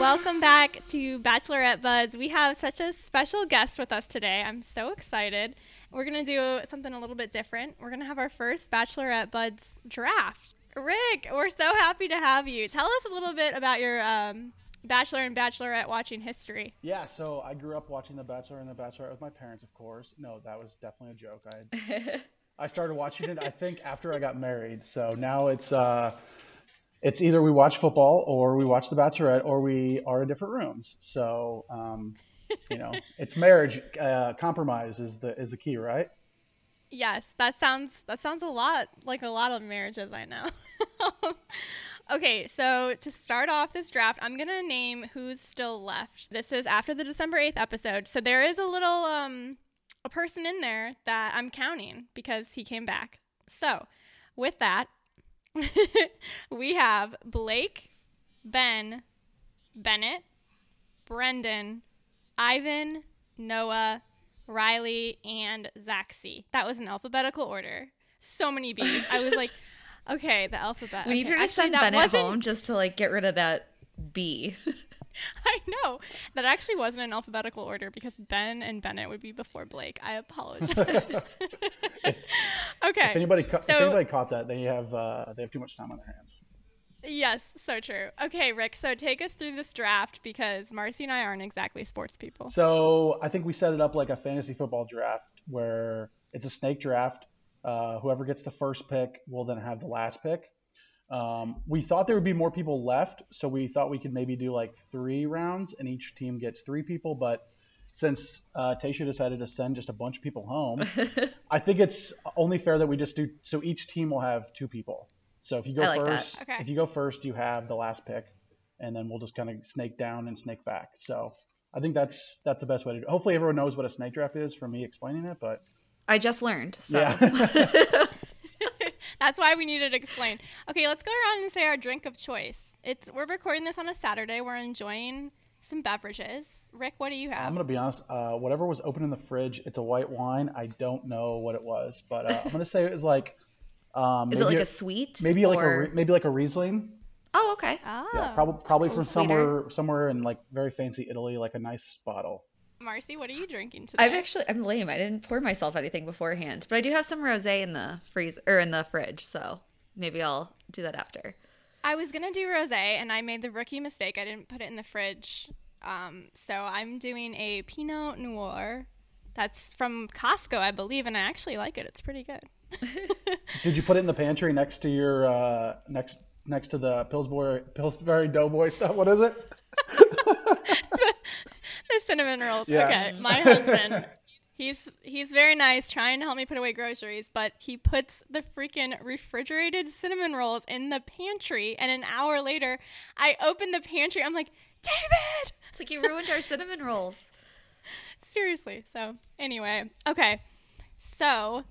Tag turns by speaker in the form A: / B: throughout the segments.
A: Welcome back to Bachelorette Buds. We have such a special guest with us today. I'm so excited. We're going to do something a little bit different. We're going to have our first Bachelorette Buds draft. Rick, we're so happy to have you. Tell us a little bit about your um, Bachelor and Bachelorette watching history.
B: Yeah, so I grew up watching The Bachelor and The Bachelorette with my parents, of course. No, that was definitely a joke. I I started watching it I think after I got married. So now it's uh it's either we watch football or we watch The Bachelorette or we are in different rooms. So um, you know, it's marriage uh, compromise is the is the key, right?
A: Yes, that sounds that sounds a lot like a lot of marriages I know. okay, so to start off this draft, I'm gonna name who's still left. This is after the December 8th episode, so there is a little um a person in there that I'm counting because he came back. So with that, we have Blake, Ben, Bennett, Brendan, Ivan, Noah, Riley, and Zaxi. That was in alphabetical order. So many B's. I was like, okay, the alphabet.
C: We need
A: okay.
C: her to
A: Actually,
C: send
A: that
C: Bennett
A: wasn't-
C: home just to like get rid of that B.
A: I know. That actually wasn't in alphabetical order because Ben and Bennett would be before Blake. I apologize. okay.
B: If anybody ca-
A: So-
B: if anybody caught that, they have uh, they have too much time on their hands.
A: Yes, so true. Okay, Rick, so take us through this draft because Marcy and I aren't exactly sports people.
B: So I think we set it up like a fantasy football draft where it's a snake draft. Uh, whoever gets the first pick will then have the last pick. Um, we thought there would be more people left, so we thought we could maybe do like three rounds and each team gets three people. But since uh, Tasha decided to send just a bunch of people home, I think it's only fair that we just do so each team will have two people. So if you go
C: I like that.
B: first,
A: Okay.
B: if you go first, you have the last pick, and then we'll just kind of snake down and snake back. So I think that's that's the best way to do. it. Hopefully, everyone knows what a snake draft is from me explaining it, but
C: I just learned. So
B: yeah,
A: That's why we needed to explain. Okay, let's go around and say our drink of choice. It's we're recording this on a Saturday. We're enjoying some beverages. Rick, what do you
B: I'm
A: have?
B: gonna be honest. Uh, whatever was open in the fridge, it's a white wine. I don't know what it was, but uh, I'm gonna say it was like. Um,
C: is it
B: maybe
C: like
B: a-
C: a sweet?
B: Maybe like a
C: or...
B: Rie- maybe like a Riesling.
C: Oh, okay.
A: Oh,
B: Yeah, probably probably
C: little
B: from somewhere somewhere in like very fancy Italy, like a nice bottle.
A: Marcy, what are you drinking today?
C: I've actually I'm lame. I didn't pour myself anything beforehand, but I do have some rosé in the freezer or in the fridge, so maybe I'll do that after.
A: I was gonna do rosé, and I made the rookie mistake. I didn't put it in the fridge, um, so I'm doing a Pinot Noir. That's from Costco, I believe, and I actually like it. It's pretty good.
B: Did you put it in the pantry next to your uh, next next to the Pillsbury Pillsbury Doughboy stuff? What is it?
A: the cinnamon rolls.
B: Yes.
A: Okay, my husband. He's he's very nice, trying to help me put away groceries, but he puts the freaking refrigerated cinnamon rolls in the pantry, and an hour later, I open the pantry. I'm like, David,
C: It's like you ruined our cinnamon rolls.
A: seriously. So anyway, okay, so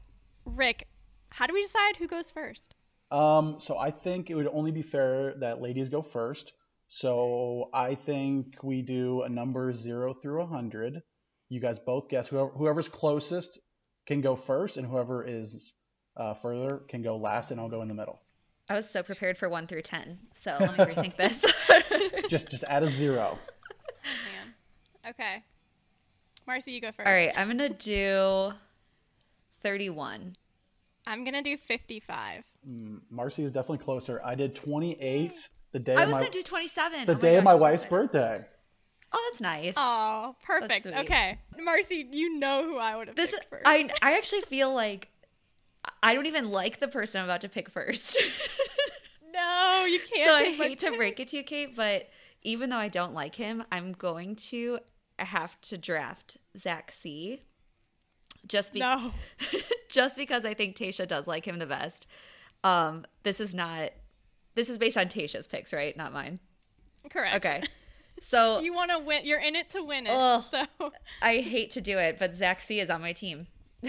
A: Rick, how do we decide who goes first?
B: Um, so I think it would only be fair that ladies go first. So I think we do a number zero through a hundred. You guys both guess whoever whoever's closest can go first, and whoever is uh, further can go last, and I'll go in the middle.
C: I was so prepared for 1 through 10. So, let me rethink this.
B: Just just add a zero.
A: Man. Okay, Marcy, you go first.
C: All right, I'm going to do 31.
A: I'm gonna do 55.
B: Marcy is definitely closer. I did 28 the day
C: I
B: of
C: was
B: my
C: going to do 27.
B: the
C: Oh
B: day of
C: gosh,
B: my
C: I'm so
B: wife's
C: excited.
B: birthday.
C: Oh, that's nice.
A: Oh, perfect.
C: sweet.
A: Okay, Marcy, you know who I would have
C: This is,
A: picked first.
C: I I actually feel like I don't even like the person I'm about to pick first.
A: No, you can't.
C: so I
A: take my-
C: hate to break it to you, Kate, but even though I don't like him, I'm going to have to draft Zach C. Just be-
A: No.
C: just because I think Tasha does like him the best. Um, this is not. This is based on Tasha's picks, right? Not mine.
A: Correct.
C: Okay. So
A: You want to win. You're in it to win it.
C: Ugh.
A: So,
C: I hate to do it, but Zach C is on my team.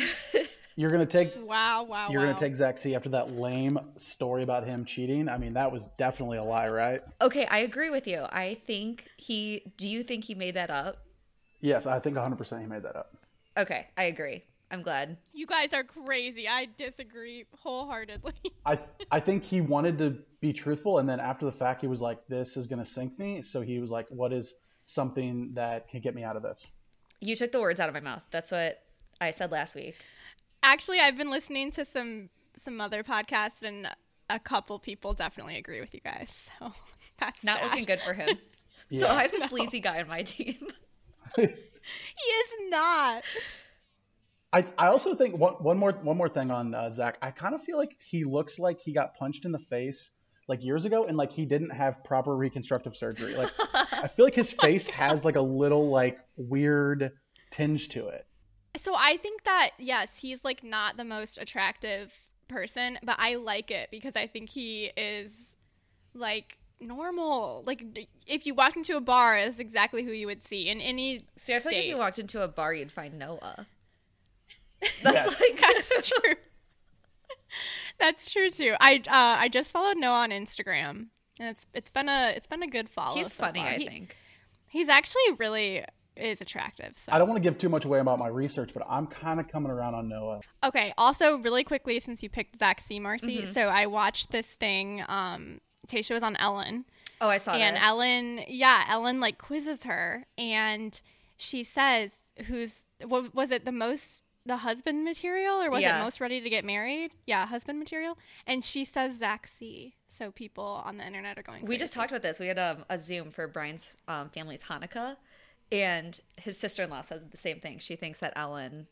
B: You're gonna take
A: wow, wow,
B: you're
A: wow.
B: gonna take Zach C after that lame story about him cheating. I mean, that was definitely a lie, right?
C: Okay, I agree with you. I think he. Do you think he made that up?
B: Yes, I think 100 percent he made that up.
C: Okay, I agree. I'm glad.
A: You guys are crazy. I disagree wholeheartedly.
B: I I think he wanted to be truthful, and then after the fact, he was like, "This is gonna sink me." So he was like, "What is something that can get me out of this.
C: You took the words out of my mouth. That's what I said last week.
A: Actually, I've been listening to some some other podcasts, and a couple people definitely agree with you guys. So that's
C: Not
A: sad.
C: looking good for him. So
B: Yeah.
C: I have a sleazy guy on my team.
A: He is not.
B: I, I also think one, one more one more thing on uh, Zach. I kind of feel like he looks like he got punched in the face like years ago, and like he didn't have proper reconstructive surgery. Like I feel like his face has like a little like weird tinge to it.
A: So I think that yes, he's like not the most attractive person, but I like it because I think he is like normal. Like d- if you walked into a bar, is exactly who you would see in any
C: See, I feel like if
A: state.
C: you walked into a bar, you'd find Noah.
B: Yes.
A: That's true. That's true too. I uh, I just followed Noah on Instagram, and it's it's been a it's been a good follow.
C: He's
A: so
C: funny,
A: far.
C: I
A: He-
C: think.
A: he's actually really is attractive. So
B: I don't want to give too much away about my research, but I'm kind of coming around on Noah.
A: Okay. Also, really quickly, since you picked Zach C. Marcy,
C: Mm-hmm.
A: so I watched this thing. Um, Tasha was on Ellen,
C: Oh, I saw
A: and
C: that.
A: Ellen, yeah, Ellen like quizzes her, and she says, "Who's what was it the most?" The husband material, or was
C: Yeah.
A: it most ready to get married? Yeah, husband material. And she says Zach C. So people on the internet are going.
C: we just
A: crazy.
C: talked about this. We had um, a Zoom for Brian's um, family's Hanukkah, and his sister in law says the same thing. She thinks that Ellen,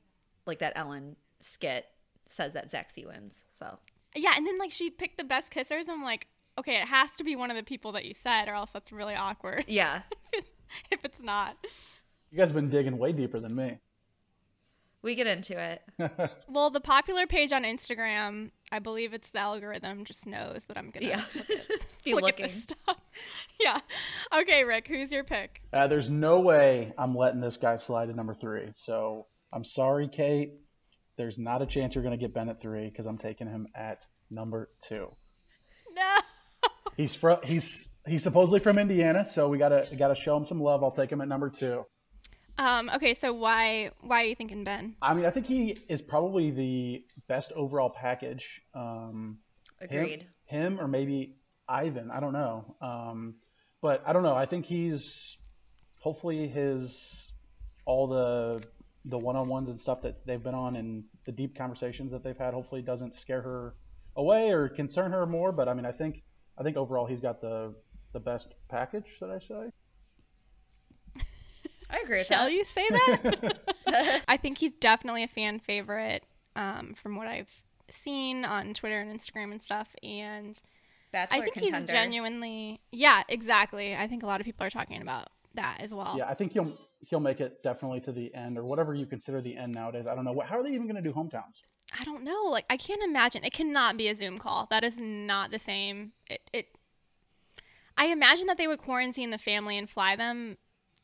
C: like that Ellen skit, says that Zaxi wins. So
A: Yeah, and then like she picked the best kissers. I'm like, okay, it has to be one of the people that you said, or else that's really awkward
C: yeah,
A: if it's not.
B: You guys have been digging way deeper than me.
C: we get into it.
A: Well, the popular page on Instagram, I believe it's the algorithm, just knows that I'm gonna
C: Yeah, be
A: look
C: looking.
A: at this stuff. yeah. Okay, Rick, who's your pick?
B: Uh, there's no way I'm letting this guy slide to number three. So I'm sorry, Kate. There's not a chance you're going to get Ben at three because I'm taking him at number two.
A: No.
B: He's from he's he's supposedly from Indiana, so we gotta gotta show him some love. I'll take him at number two.
A: Um. Okay, so why why are you thinking Ben?
B: I mean, I think he is probably the best overall package. Um, him-
C: Agreed.
B: Him, or maybe Ivan. I don't know. Um, but I don't know. I think he's hopefully his all the the one on ones and stuff that they've been on and the deep conversations that they've had hopefully doesn't scare her away or concern her more. But I mean, I think I think overall he's got the the best package. Should I say?
C: I agree with
A: Shall
C: that.
A: you say that? I think he's definitely a fan favorite. Um, from what I've seen on Twitter and Instagram and stuff, and
C: Bachelor
A: I think
C: contender.
A: he's genuinely. Yeah, exactly. I think a lot of people are talking about that as well.
B: Yeah, I think he'll he'll make it definitely to the end or whatever you consider the end nowadays. I don't know. What, how are they even going to do hometowns?
A: I don't know. Like I can't imagine. It cannot be a Zoom call. That is not the same. It. it I imagine that they would quarantine the family and fly them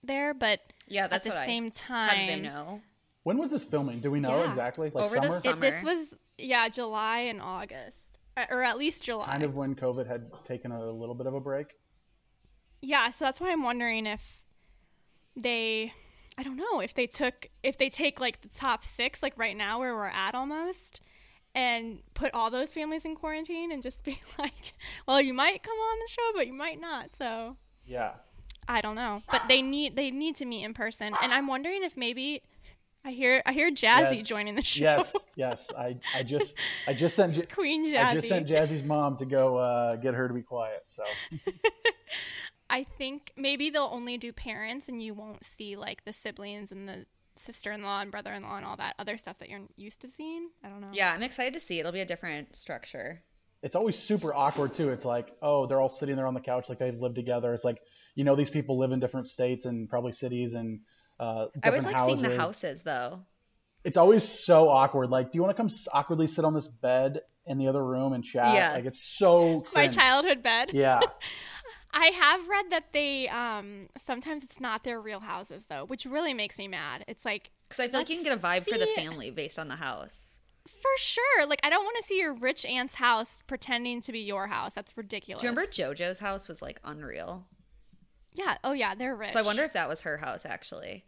A: there, but
C: Yeah,
A: at
C: that's
A: the
C: what
A: same
C: I.
A: time,
C: How do they know?
B: When was this filming? Do we know
A: Yeah.
B: exactly? Like
C: Over the
B: summer?
C: summer.
A: It, this was yeah July and August, Uh, or at least July.
B: kind of when COVID had taken a little bit of a break.
A: Yeah, so that's why I'm wondering if they I don't know, if they took if they take like the top 6 like right now where we're at almost and put all those families in quarantine and just be like, well, you might come on the show, but you might not. So,
B: Yeah.
A: I don't know. But they need they need to meet in person and I'm wondering if maybe I hear I hear Jazzy
B: Yes.
A: joining the show.
B: Yes. Yes. I, I just I just sent Ja-
A: Queen Jazzy.
B: I just sent Jazzy's mom to go uh, get her to be quiet. So
A: I think maybe they'll only do parents and you won't see like the siblings and the sister in law and brother in law and all that other stuff that you're used to seeing. I don't know.
C: Yeah, I'm excited to see. It'll be a different structure.
B: it's always super awkward too. It's like oh they're all sitting there on the couch like they've lived together. It's like you know these people live in different states and probably cities and uh, different
C: I was like
B: houses.
C: seeing the houses though.
B: It's always so awkward. Like do you want to come s- awkwardly sit on this bed in the other room and chat?
C: Yeah.
B: Like it's so
A: My
B: cringe.
A: childhood bed.
B: Yeah.
A: I have read that they um sometimes it's not their real houses though, which really makes me mad. It's like
C: Because I feel like you can get a vibe
A: Let's
C: for the
A: see.
C: family based on the house.
A: for sure, like I don't want to see your rich aunt's house pretending to be your house. That's ridiculous.
C: Do you remember JoJo's house was like unreal?
A: Yeah. Oh yeah, they're rich.
C: So I wonder if that was her house actually.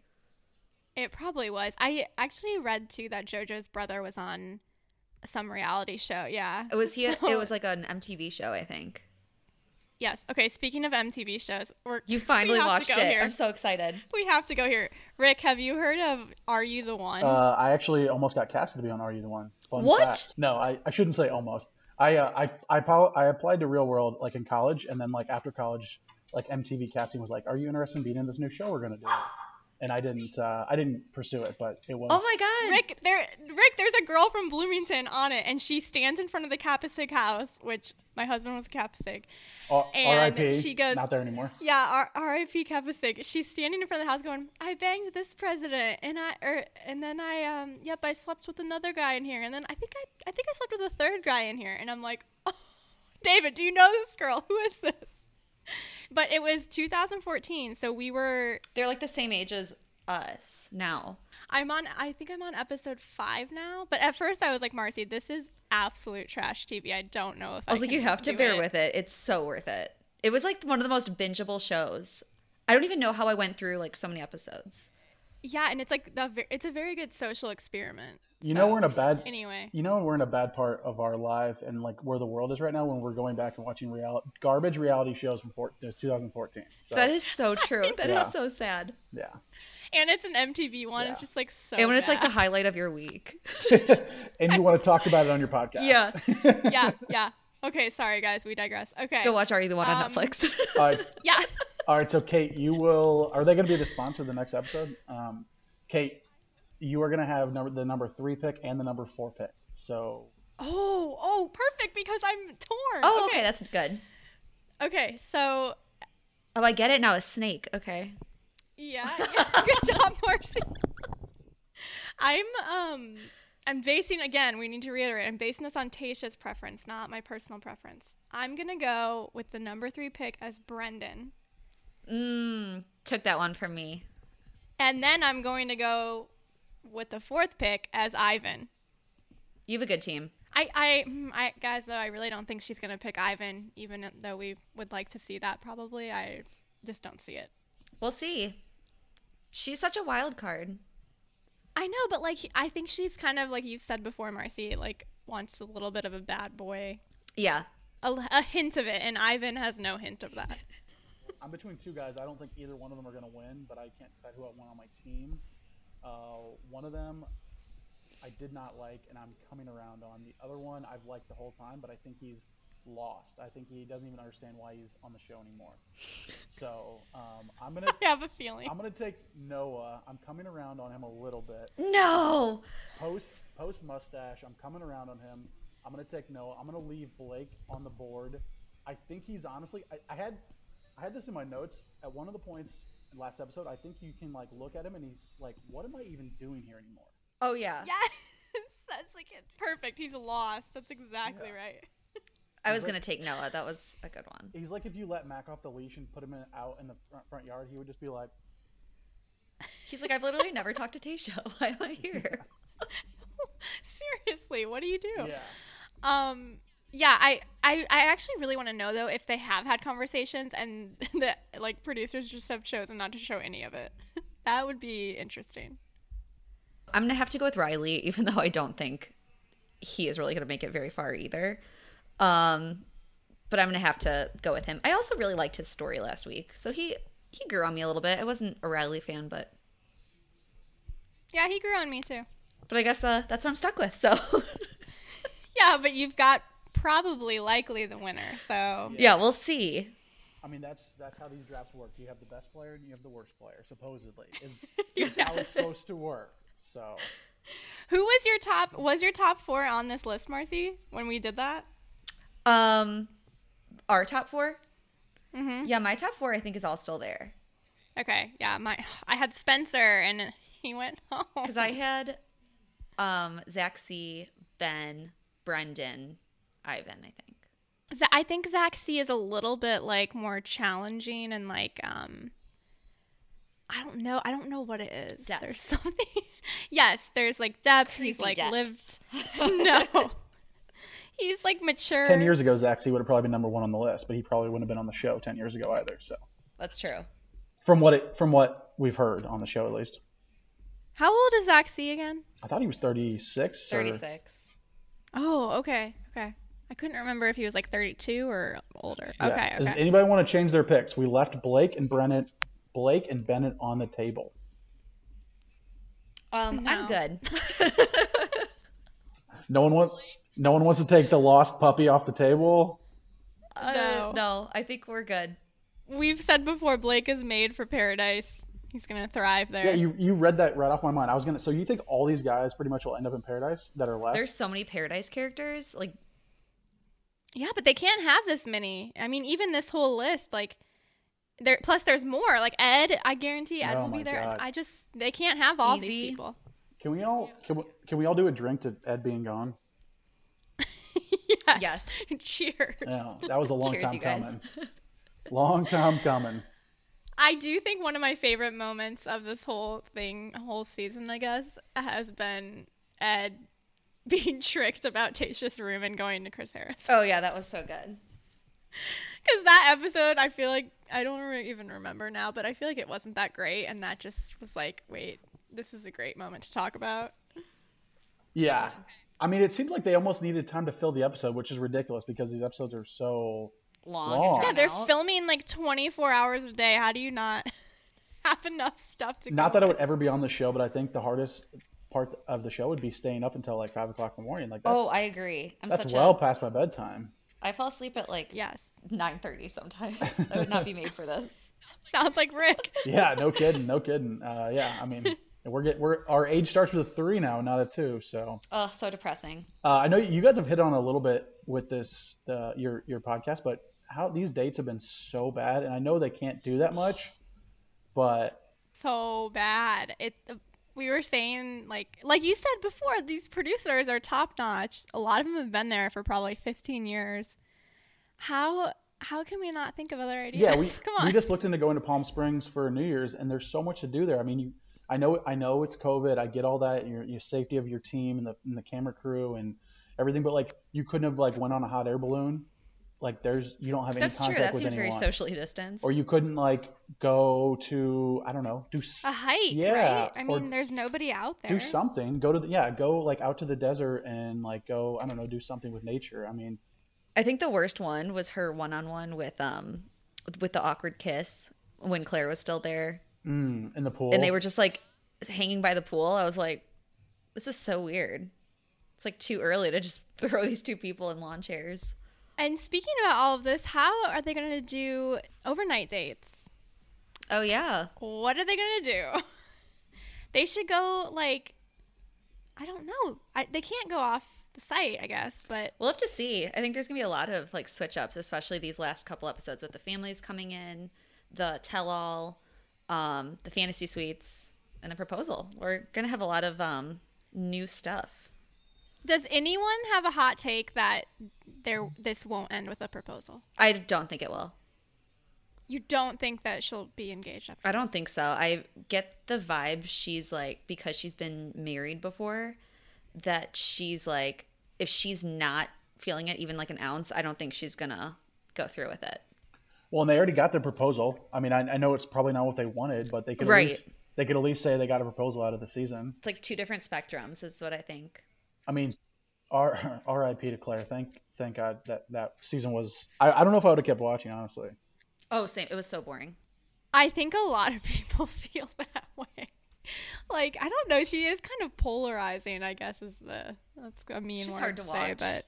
A: It probably was. I actually read too that JoJo's brother was on some reality show. Yeah.
C: It was he. It was like an MTV show, I think.
A: Yes. Okay. Speaking of MTV shows, we're
C: You finally
A: have to
C: watched
A: go
C: it.
A: here.
C: I'm so excited.
A: we have to go here. Rick, have you heard of Are You the One?
B: Uh, I actually almost got casted to be on Are You the One. Fun
C: What?
B: fact. No, I, I shouldn't say almost. I, uh, I I po- I applied to Real World like in college, and then like after college, like MTV casting was like, "Are you interested in being in this new show we're gonna do?" And I didn't uh, I didn't pursue it, but it was.
C: Oh my god.
A: Rick, there, Rick, there's a girl from Bloomington on it, and she stands in front of the Kapusik house, which my husband was Kapusik.
B: R-
A: and
B: R.I.P.
A: she goes-
B: Not there anymore.
A: Yeah, R- R.I.P. Kapusik. She's standing in front of the house, going, "I banged this president, and I, er, and then I, um, yep, I slept with another guy in here, and then I think I, I think I slept with a third guy in here." And I'm like, oh, "David, do you know this girl? Who is this?" But it was 2014, so we were.
C: They're like the same age as us now.
A: I'm on. I think I'm on episode five now. But at first, I was like, "Marcy, this is absolute trash TV. I don't know if
C: I was like,
A: can
C: you have to
A: do
C: bear
A: it."
C: with it. It's so worth it. It was like one of the most bingeable shows. I don't even know how I went through like so many episodes.
A: Yeah, and it's like the. ver- It's a very good social experiment.
B: You know
A: So,
B: we're in a bad
A: anyway.
B: You know we're in a bad part of our life and like where the world is right now when we're going back and watching real garbage reality shows from four, 2014. So
C: That is so true. That is
B: Oh. Yeah.
C: so sad.
B: yeah,
A: and it's an MTV one. It's
B: Yeah.
A: just like so.
C: and when it's like the
A: bad.
C: highlight of your week.
B: and you want to talk about it on your podcast?
C: Yeah.
A: yeah, yeah. Okay, sorry guys, we digress. Okay.
C: Go watch Are You the One on
A: Um,
C: Netflix.
B: All right.
A: Yeah.
B: All right, so Kate, you will. Are they going to be the sponsor of the next episode? Um, Kate, you are going to have number, the number three pick and the number four pick. So
A: Oh, oh, perfect because I'm torn.
C: oh, okay. That's good.
A: Okay, so
C: Oh, I get it now. A snake. Okay.
A: yeah, yeah. good job, Marcy. I'm um I'm basing again, we need to reiterate, I'm basing this on Tasha's preference, not my personal preference. I'm gonna go with the number three pick as Brendan.
C: Mm, took that one from me.
A: And then I'm going to go with the fourth pick as Ivan.
C: You have a good team.
A: I, I, mm, I, guys, though, I really don't think she's gonna pick Ivan, even though we would like to see that. Probably, I just don't see it.
C: We'll see. She's such a wild card.
A: I know, but like, I think she's kind of like you've said before, Marcy, like wants a little bit of a bad boy,
C: Yeah.
A: a, a hint of it, and Ivan has no hint of that.
B: I'm between two guys. I don't think either one of them are going to win, but I can't decide who I want on my team. Uh, one of them I did not like, and I'm coming around on. The other one I've liked the whole time, but I think he's lost. I think he doesn't even understand why he's on the show anymore. So um, I'm going to.
A: I have a feeling.
B: I'm gonna take Noah. I'm coming around on him a little bit.
C: No.
B: post post mustache. I'm coming around on him. I'm gonna take Noah. I'm gonna leave Blake on the board. I think he's honestly. I, I had I had this in my notes at one of the points in last episode. I think you can like look at him and he's like, "What am I even doing here anymore?"
C: Oh yeah.
A: Yes, that's like it. perfect. He's lost. That's exactly
B: Yeah.
A: right.
C: I was gonna take Noah. That was a good one.
B: He's like, if you let Mac off the leash and put him in, out in the front, front yard, he would just be like,
C: He's like, I've literally never talked to Tasha. Why am I here?
A: Seriously, what do you do?
B: "Yeah."
A: Um, yeah, I, I, I actually really want to know though if they have had conversations and the like producers just have chosen not to show any of it. that would be interesting.
C: I'm gonna have to go with Riley, even though I don't think he is really gonna make it very far either. Um, but I'm gonna have to go with him. I also really liked his story last week, so he he grew on me a little bit. I wasn't a Riley fan, but
A: Yeah, he grew on me too.
C: but I guess uh, that's what I'm stuck with. So
A: Yeah, but you've got probably likely the winner. So
C: yeah, we'll see.
B: I mean, that's that's how these drafts work. You have the best player and you have the worst player, supposedly. Is, is how it's supposed to work. So.
A: who was your top? Was your top four on this list, Marcy? When we did that?
C: Um, our top 4 Yeah, my top four I think is all still there.
A: Okay, yeah, my I had Spencer and he went home.
C: Because I had um Zach C, Ben, Brendan, Ivan, I think.
A: Z- I think Zach C is a little bit like more challenging and like um I don't know. I don't know what it is.
C: Depth.
A: There's something. yes, there's like depth. he's
C: Creepy
A: like
C: depth.
A: lived. no. He's like mature.
B: ten years ago, Zaxi would have probably been number one on the list, but he probably wouldn't have been on the show ten years ago either. So,
C: That's true.
B: from what it, from what we've heard on the show, at least,
A: How old is Zach C again?
B: I thought he was thirty six.
C: Thirty six.
A: Oh, okay. Okay. I couldn't remember if he was like 32 or older.
B: Yeah.
A: Okay,
B: Does
A: okay.
B: anybody want to change their picks? We left Blake and Bennett, Blake and Bennett on the table.
C: Um, I'm
A: No.
C: good.
B: No one wants. No one wants to take the lost puppy off the table.
C: Uh,
A: No.
C: no, I think we're good.
A: We've said before Blake is made for paradise. He's gonna thrive there.
B: Yeah, you, you read that right off my mind. I was gonna. So you think all these guys pretty much will end up in paradise that are left?
C: There's so many Paradise characters. Like,
A: Yeah, but they can't have this many. I mean, even this whole list, like there plus there's more. Like Ed, I guarantee Ed
B: Oh
A: will
B: my
A: be there.
B: God.
A: I just they can't have all
C: Easy.
A: these people.
B: can we all can we, can we all do a drink to Ed being gone?
A: yes. Cheers.
B: Yeah, that was a long
C: Cheers,
B: time
C: you guys.
B: coming. Long time coming.
A: I do think one of my favorite moments of this whole thing, whole season, I guess, has been Ed being tricked about Tasha's room and going to Chris Harris.
C: oh yeah, that was so good.
A: Because that episode, I feel like I don't re- even remember now, but I feel like it wasn't that great, and that just was like, wait, this is a great moment to talk about.
B: Yeah. I mean, it seems like they almost needed time to fill the episode, which is ridiculous because these episodes are so.
C: Long.
B: Long.
C: And
A: Yeah,
C: drawn
A: they're
C: out.
A: filming like 24 hours a day. How do you not have enough stuff to?
B: Not
A: go
B: that I would ever be on the show, but I think the hardest part of the show would be staying up until like five o'clock in the morning. Like that's,
C: Oh, I agree. I'm
B: that's
C: such
B: well
C: a.
B: past my bedtime.
C: I fall asleep at like
A: with? Yes,
C: nine thirty sometimes. I would not be made for this.
A: sounds like Rick.
B: Yeah, no kidding, no kidding. Uh, yeah, I mean, we're get we're our age starts with a three now, not a two. So
C: Oh, so depressing.
B: uh, I know you guys have hit on a little bit with this uh, your your podcast, but how these dates have been so bad, and I know they can't do that much, but
A: so bad. It we were saying like like you said before, these producers are top notch. A lot of them have been there for probably 15 years. How how can we not think of other ideas?
B: yeah, we
A: come on.
B: we just looked into going to Palm Springs for New Year's, and there's so much to do there. I mean, you, I know I know it's COVID. I get all that your your safety of your team and the and the camera crew and everything, but like you couldn't have like went on a hot air balloon. Like there's you don't have any
C: That's true.
B: contact
C: That
B: with
C: seems very
B: anyone.
C: socially distanced.
B: Or you couldn't like go to I don't know do s-
C: Ah,
A: a hike,
B: Yeah,
A: right? I
B: or
A: mean, there's nobody out there.
B: do something. Go to the, yeah go like out to the desert and like go I don't know do something with nature. I mean
C: I think the worst one was her one-on-one with um with the awkward kiss when Claire was still there,
B: mm, in the pool
C: and they were just like hanging by the pool. I was like, this is so weird. It's like too early to just throw these two people in lawn chairs.
A: And speaking about all of this, how are they going to do overnight dates?
C: Oh yeah,
A: What are they going to do? they should go like I don't know. I, they can't go off the site, I guess, but
C: we'll have to see. I think there's gonna be a lot of like switch ups, especially these last couple episodes with the families coming in, the tell all, um, the fantasy suites, and the proposal. We're gonna have a lot of um, new stuff.
A: Does anyone have a hot take that there this won't end with a proposal?
C: I don't think it will.
A: You don't think that she'll be engaged after?
C: I don't think so. I get the vibe she's like because she's been married before that she's like if she's not feeling it even like an ounce, I don't think she's gonna go through with it.
B: Well, and they already got their proposal. I mean, I, I know it's probably not what they wanted, but they could
C: Right.
B: at least they could at least say they got a proposal out of the season.
C: It's like two different spectrums is what I think.
B: I mean, R, R.I.P. to Claire. Thank thank God that that season was. I, I don't know if I would have kept watching honestly.
C: Oh, same. It was so boring.
A: I think a lot of people feel that way. Like I don't know, she is kind of polarizing. I guess is the that's a mean
C: She's
A: word
C: hard
A: to,
C: to
A: say,
C: watch.
A: but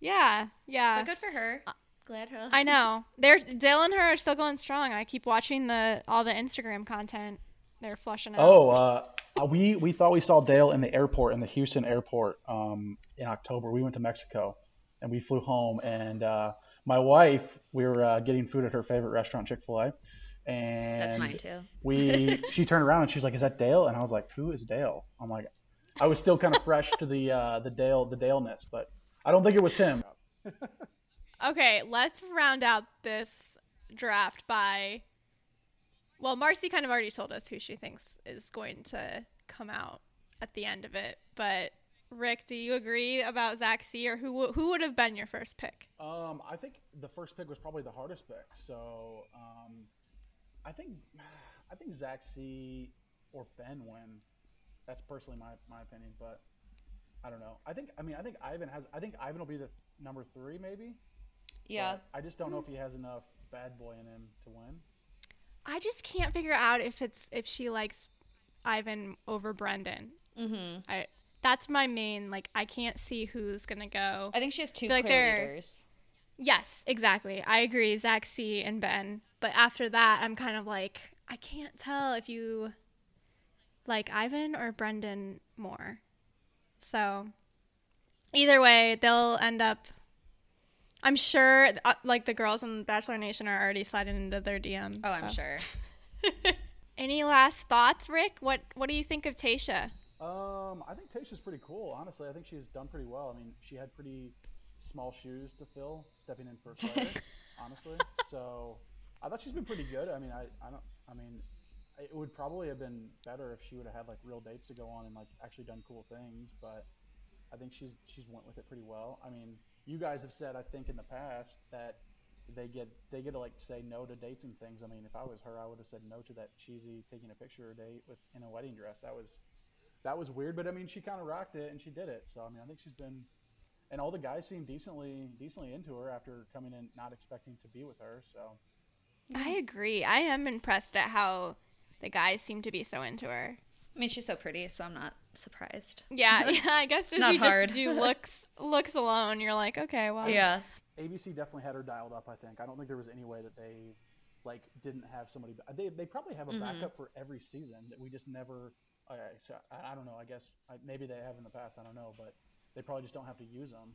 A: yeah, yeah. Uh,
C: But good for her. Glad her.
A: I know. They're Dale and her are still going strong. I keep watching the all the Instagram content. They're flushing out.
B: Oh, uh, we we thought we saw Dale in the airport in the Houston airport um, in October. We went to Mexico, and we flew home. And uh, my wife, we were uh, getting food at her favorite restaurant, Chick Fil A. And
C: That's mine too.
B: we she turned around and she's like, "Is that Dale?" And I was like, "Who is Dale?" I'm like, I was still kind of fresh to the uh, the Dale the Daleness, but I don't think it was him.
A: Okay, let's round out this draft by. Well, Marcy kind of already told us who she thinks is going to come out at the end of it, but Rick, do you agree about Zach C or who w- who would have been your first pick?
B: Um, I think the first pick was probably the hardest pick. So um, I think I think Zach C or Ben win. That's personally my, my opinion, but I don't know. I think. I mean, I think Ivan has. I think Ivan will be the number three, maybe.
C: Yeah.
B: But I just don't know if he has enough bad boy in him to win.
A: I just can't figure out if it's if she likes Ivan over Brendan.
C: Mm-hmm.
A: I that's my main like I can't see who's gonna go.
C: I think she has two
A: Feel like
C: clear
A: they're-
C: leaders.
A: Yes, exactly. I agree, Zach C and Ben. But after that, I'm kind of like I can't tell if you like Ivan or Brendan more. So either way, they'll end up. I'm sure, uh, like the girls in Bachelor Nation are already sliding into their DMs.
C: Oh, I'm
A: so.
C: sure.
A: Any last thoughts, Rick? What What do you think of Tasha?
B: Um, I think Tasha's pretty cool. Honestly, I think she's done pretty well. I mean, she had pretty small shoes to fill stepping in for Claire, honestly. So I thought she's been pretty good. I mean, I, I don't. I mean, it would probably have been better if she would have had like real dates to go on and like actually done cool things. But I think she's she's went with it pretty well. I mean, you guys have said I think in the past that they get they get to like say no to dates and things. I mean, if I was her, I would have said no to that cheesy taking a picture date with in a wedding dress. That was that was weird, but I mean, she kind of rocked it and she did it. So I mean, I think she's been, and all the guys seem decently decently into her after coming in not expecting to be with her. So
A: I agree. I am impressed at how the guys seem to be so into her.
C: I mean, she's so pretty, so I'm not surprised.
A: Yeah, yeah. I guess if
C: not
A: you
C: hard.
A: just do looks looks alone, you're like, okay, well,
C: Yeah.
B: ABC definitely had her dialed up. I think I don't think there was any way that they like didn't have somebody. They they probably have a backup for every season that we just never. Okay, so I, I don't know. I guess I, maybe they have in the past. I don't know, but they probably just don't have to use them.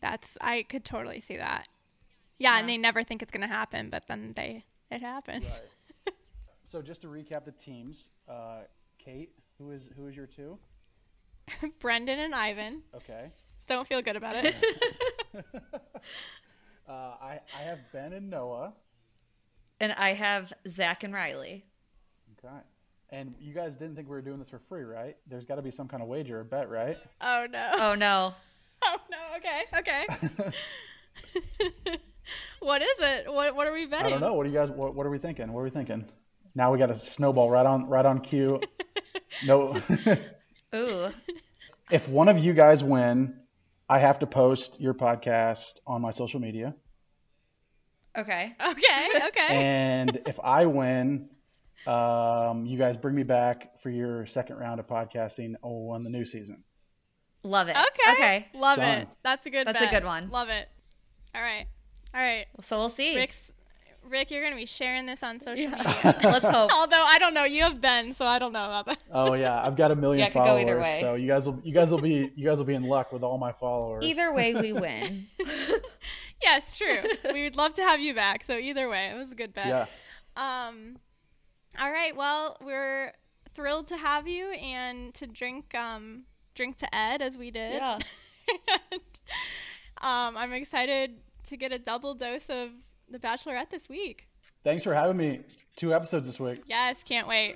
A: that's I could totally see that. Yeah, and
C: Yeah.
A: they never think it's gonna happen, but then they it happens.
B: Right. so just to recap the teams, uh, Kate, who is who is your two?
A: Brendan and Ivan
B: Okay.
A: don't feel good about it.
B: Uh, I, I have Ben and Noah.
C: And I have Zach and Riley.
B: Okay. And you guys didn't think we were doing this for free, right? There's got to be some kind of wager or bet, right?
A: oh no!
C: Oh no.
A: Oh no! Okay, okay. what is it? What What are we betting?
B: I don't know. What do you guys? What, what are we thinking? What are we thinking? Now we got to snowball right on right on cue. no,
C: Ooh.
B: if one of you guys win, I have to post your podcast on my social media,
C: Okay.
A: Okay, okay.
B: and if I win, um, you guys bring me back for your second round of podcasting on the new season.
C: Love it.
A: Okay.
C: Okay.
A: Love it.
B: Done.
A: That's a good
C: That's a
A: bet.
C: good one.
A: Love it. All right. All right.
C: So we'll see.
A: Rick's Rick, you're gonna be sharing this on social
C: Yeah.
A: media.
C: Let's hope.
A: Although I don't know, you have Ben, so I don't know about that.
B: Oh yeah, I've got a million
C: Yeah, it could go
B: followers,
C: either way.
B: so you guys will you guys will be you guys will be in luck with all my followers.
C: Either way, we win.
A: Yes, true. we would love to have you back. So either way, it was a good bet.
B: yeah.
A: Um, all right. Well, we're thrilled to have you and to drink um drink to Ed as we did.
C: Yeah.
A: and, um, I'm excited to get a double dose of The Bachelorette this week.
B: Thanks for having me. Two episodes this week.
A: Yes, can't wait.